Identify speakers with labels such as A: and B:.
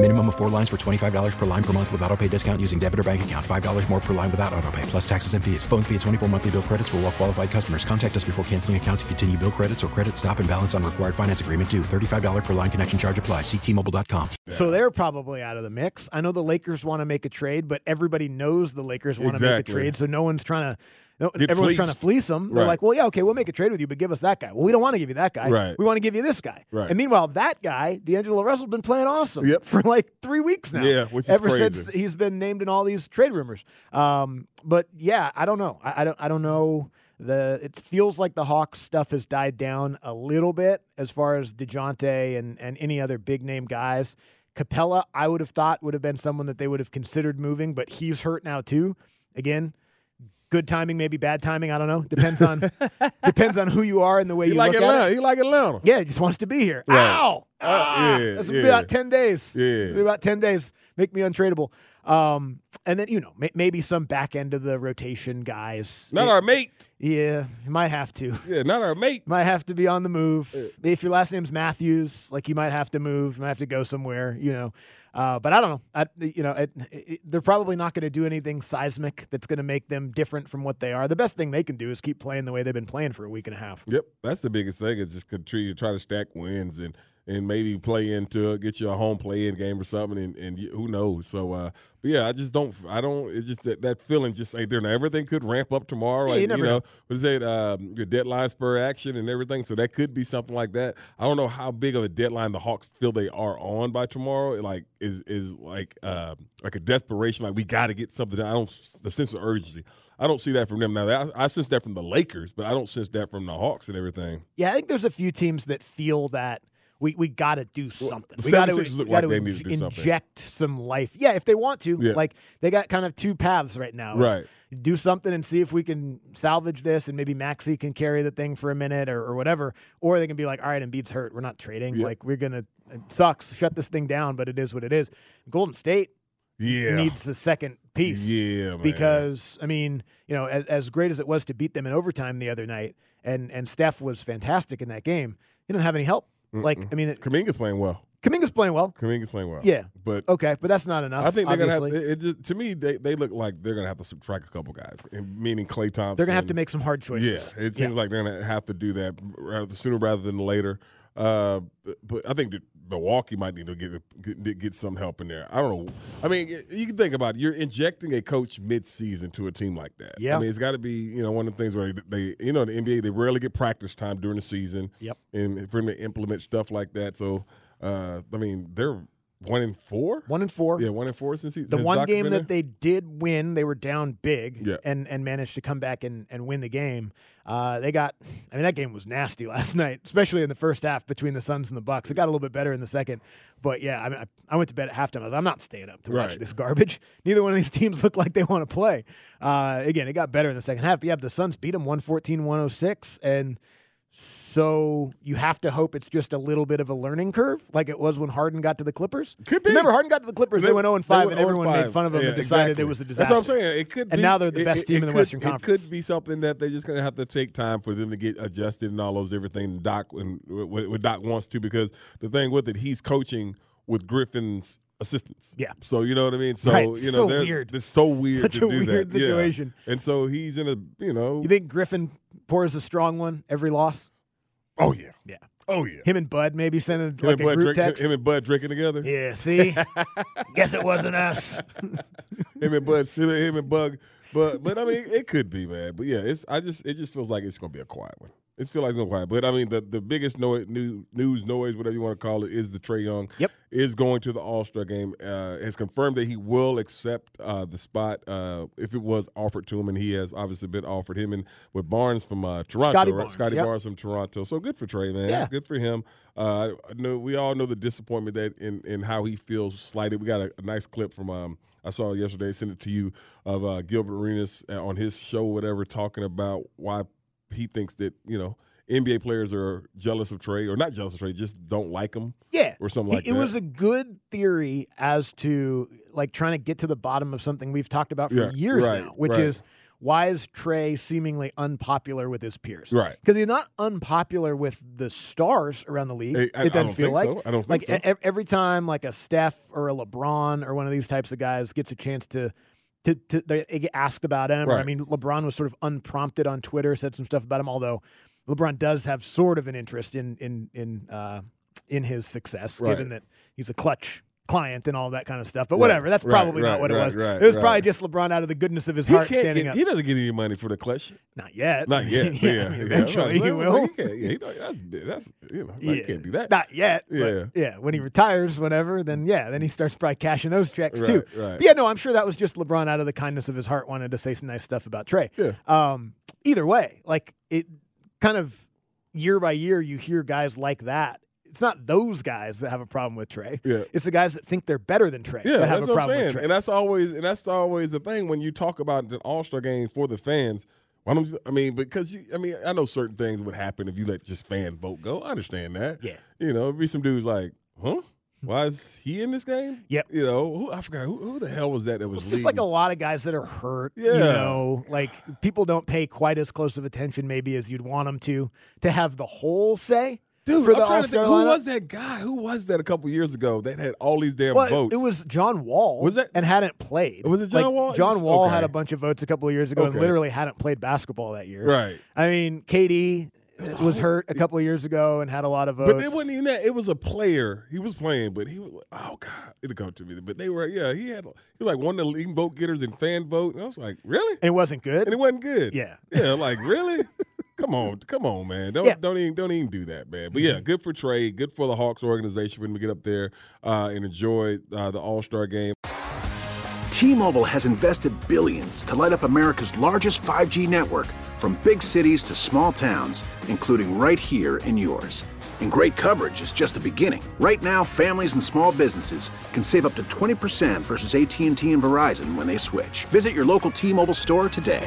A: Minimum of four lines for $25 per line per month with auto pay discount using debit or bank account. $5 more per line without auto pay, plus taxes and fees. Phone fee at 24 monthly bill credits for all well qualified customers. Contact us before canceling account to continue bill credits or credit stop and balance on required finance agreement due. $35 per line connection charge applies. Ctmobile.com.
B: So they're probably out of the mix. I know the Lakers want to make a trade, but everybody knows the Lakers want to make a
C: Exactly.
B: trade, so no one's trying to. No,
C: Get
B: everyone's trying to fleece
C: fleeced.
B: them. They're
C: Right.
B: like, well, yeah, okay, we'll make a trade with you, but give us that guy. Well, we don't want to give you that guy.
C: Right.
B: We want to give you this guy.
C: Right.
B: And meanwhile, that guy, D'Angelo Russell's been playing awesome
C: Yep.
B: for like three weeks now.
C: Yeah, which is
B: ever
C: crazy.
B: since he's been named in all these trade rumors. Um, but yeah, I don't know. I, I don't. I don't know. The it feels like the Hawks stuff has died down a little bit as far as Dejounte and and any other big name guys. Capella, I would have thought would have been someone that they would have considered moving, but he's hurt now too. Again, good timing, maybe bad timing. I don't know. Depends on depends on who you are and the way
C: He
B: you
C: like
B: look at it.
C: Atlanta. He like Atlanta.
B: Yeah, he just wants to be here.
C: Right.
B: Ow!
C: Uh,
B: Ah!
C: yeah,
B: That's gonna be
C: yeah.
B: about ten days.
C: Yeah.
B: It'll be about ten days. Make me untradeable. Um, and then you know may- maybe some back end of the rotation guys.
C: Not our mate.
B: yeah, you might have to.
C: Yeah, not our mate.
B: Might have to be on the move.
C: Uh.
B: If your last name's Matthews, like you might have to move. You might have to go somewhere. You know. Uh, but I don't know. I, you know, it, it, they're probably not going to do anything seismic that's going to make them different from what they are. The best thing they can do is keep playing the way they've been playing for a week and a half.
C: Yep, that's the biggest thing is just continue to try to stack wins and and maybe play into get you a home play in game or something and, and you, who knows. So, uh, but yeah, I just don't. I don't. It's just that, that feeling just ain't there. Now everything could ramp up tomorrow.
B: Yeah,
C: like,
B: you never know.
C: know, what is it? Um, your deadline spur action and everything. So that could be something like that. I don't know how big of a deadline the Hawks feel they are on by tomorrow. Like is is like uh, like a desperation. Like we got to get something. done. I don't s- the sense of urgency. I don't see that from them. Now that, I sense that from the Lakers, but I don't sense that from the Hawks and everything.
B: Yeah, I think there's a few teams that feel that we, we got to do something.
C: the
B: we got
C: 76ers look
B: gotta
C: like they need to do something.
B: inject some life. Yeah, if they want to.
C: Yeah.
B: Like they got kind of two paths right now. It's
C: Right.
B: Do something and see if we can salvage this, and maybe Maxi can carry the thing for a minute or, or whatever. Or they can be like, all right, Embiid's hurt. We're not trading.
C: Yeah.
B: Like we're gonna it sucks. Shut this thing down. But it is what it is. Golden State
C: Yeah.
B: needs a second piece.
C: Yeah, man.
B: Because I mean, you know, as, as great as it was to beat them in overtime the other night, and and Steph was fantastic in that game. He didn't have any help. Like I mean, it,
C: Kaminga's playing well.
B: Kaminga's playing well.
C: Kaminga's playing well.
B: Yeah.
C: But
B: Okay, but that's not enough.
C: I think they're going to have
B: obviously.
C: it, it just, to me they, they look like they're going to have to subtract a couple guys, and meaning Clay Thompson.
B: they're gonna have to make some hard choices.
C: Yeah, it seems like they're going to have to do that rather sooner rather than later. Uh, but- but I think that Milwaukee might need to get, get get some help in there. I don't know. I mean, y- you can think about it. you're injecting a coach midseason to a team like that.
B: Yeah.
C: I mean, it's got to be you know one of the things where they, they you know the NBA they rarely get practice time during the season.
B: Yep.
C: and for them to implement stuff like that. So, uh, I mean, they're one in four.
B: One and four.
C: yeah, one in four since he,
B: the
C: since
B: one
C: Doc's
B: game
C: been
B: that
C: there.
B: they did win, they were down big
C: Yeah.
B: and and managed to come back and, and win the game. Uh, they got, I mean, that game was nasty last night, especially in the first half between the Suns and the Bucks. It got a little bit better in the second, but yeah, I mean, I, I went to bed at halftime. I was, I'm not staying up to watch
C: Right.
B: this garbage. Neither one of these teams look like they want to play. Uh, again, it got better in the second half. But yeah, the Suns beat them 114-106 and. So you have to hope it's just a little bit of a learning curve, like it was when Harden got to the Clippers.
C: Could be.
B: Remember, Harden got to the Clippers. They, went 0 and 5, and
C: went 0
B: everyone made
C: 5.
B: fun of them
C: Yeah,
B: and decided
C: exactly.
B: it was a disaster.
C: That's what I'm saying. It could
B: And
C: be-
B: now they're the
C: it-
B: best
C: it-
B: team
C: it
B: in the
C: could-
B: Western Conference.
C: It could be something that they're just going to have to take time for them to get adjusted and all those everything Doc and what, what Doc wants to because the thing with it, he's coaching with Griffin's assistants.
B: Yeah.
C: So you know what I mean. So
B: Right.
C: you
B: So
C: know, they're-
B: weird.
C: It's so weird
B: Such
C: to
B: a
C: do
B: weird
C: that. Yeah.
B: situation.
C: And so he's in a you know.
B: You think Griffin pours a strong one every loss?
C: oh yeah.
B: Yeah.
C: Oh yeah.
B: Him and Bud maybe sending
C: Him
B: like
C: and
B: a
C: Bud
B: group
C: drink-
B: text.
C: him and Bud drinking together.
B: yeah, see? Guess it wasn't us.
C: him and Bud, him and, him and Bug. But but I mean, it could be, man. But yeah, it's I just it just feels like it's gonna be a quiet one. It's feel like it's gonna quiet, but I mean the the biggest noise, new, news noise, whatever you want to call it, is the Trey Young.
B: Yep.
C: is going to the All Star game. Uh, has confirmed that he will accept uh, the spot uh, if it was offered to him, and he has obviously been offered him and with Barnes from uh, Toronto,
B: Scotty
C: right?
B: Barnes,
C: Scotty
B: yep.
C: Barnes from Toronto. So good for Trey, man.
B: Yeah.
C: good for him. Uh, I know we all know the disappointment that in in how he feels slighted. We got a, a nice clip from. Um, I saw yesterday, sent it to you, of uh, Gilbert Arenas uh, on his show, whatever, talking about why he thinks that you know NBA players are jealous of Trey or not jealous of Trey, just don't like him.
B: Yeah.
C: or something
B: He-
C: like
B: it
C: that.
B: was a good theory as to like trying to get to the bottom of something we've talked about for
C: Yeah,
B: years
C: right,
B: now, which
C: right.
B: is why is Trey seemingly unpopular with his peers?
C: Right.
B: Because he's not unpopular with the stars around the league.
C: Hey, I- I
B: it doesn't
C: don't
B: feel
C: think
B: like.
C: so. I don't think
B: like
C: so.
B: e- ev- every time like a Steph or a LeBron or one of these types of guys gets a chance to to, to they they get asked about him. or, I
C: Right.
B: mean, LeBron was sort of unprompted on Twitter, said some stuff about him, although LeBron does have sort of an interest in in in uh, in his success,
C: Right.
B: given that he's a clutch client and all that kind of stuff. But
C: Right,
B: whatever, that's
C: right,
B: probably not
C: right,
B: what it
C: right,
B: was.
C: right,
B: it was
C: right.
B: probably just LeBron out of the goodness of his
C: He
B: heart
C: can't.
B: standing
C: Get,
B: up.
C: he doesn't get any money for the clutch.
B: Not yet.
C: Not yet. but yeah,
B: I mean,
C: yeah,
B: eventually
C: that's
B: he
C: what I'm saying.
B: will.
C: can't- yeah, he don't- that's that's you know like, he can't do that.
B: Not yet.
C: Yeah.
B: Yeah. Yeah. When he retires, whenever, then yeah, then he starts probably cashing those checks
C: Right,
B: too.
C: right.
B: But yeah, no, I'm sure that was just LeBron out of the kindness of his heart wanted to say some nice stuff about Trey.
C: Yeah.
B: Um, either way, like it kind of year by year you hear guys like that. It's not those guys that have a problem with Trey.
C: Yeah.
B: It's the guys that think they're better than Trey
C: Yeah,
B: that have
C: that's
B: a
C: what I'm
B: problem with
C: saying,
B: Trey.
C: and that's always and that's always the thing when you talk about an All Star game for the fans. Why don't you, I mean because you, I mean I know certain things would happen if you let just fan vote go. I understand that.
B: Yeah.
C: you know, it'd be some dudes like, huh? Why is he in this game?
B: Yep.
C: You know, who, I forgot who, who the hell was that that was
B: It's just like a
C: leading?
B: lot of guys that are hurt. You
C: Yeah.
B: know, like people don't pay quite as close of attention maybe as you'd want them to to have the whole say.
C: Dude,
B: for
C: I'm
B: the
C: trying to
B: All-Star
C: think. Who
B: lineup.
C: was that guy? Who was that a couple years ago that had all these damn
B: Well, it-
C: votes?
B: it was John Wall.
C: Was that-
B: and hadn't played?
C: Was it John
B: Like,
C: Wall?
B: John
C: Yes,
B: Wall had
C: okay.
B: a bunch of votes a couple of years ago and
C: Okay.
B: literally hadn't played basketball that year.
C: right.
B: I mean, KD was, hurt a couple of years ago and had a lot of votes.
C: But it wasn't even that. It was a player. He was playing, but he was like, oh god, it'll come to me. But they were, yeah, he had he was like one of the leading vote getters in fan vote. And I was like, really?
B: And it wasn't good.
C: And it wasn't good.
B: Yeah.
C: Yeah, like really? come on, come on, man. Don't
B: Yeah. Mm-hmm.
C: don't even don't even do that, man. But yeah, good for Trey, good for the Hawks organization for him to get up there uh, and enjoy uh, the All Star game.
D: T-Mobile has invested billions to light up America's largest 5G network from big cities to small towns, including right here in yours. And great coverage is just the beginning. Right now, families and small businesses can save up to 20% versus AT&T and Verizon when they switch. Visit your local T-Mobile store today.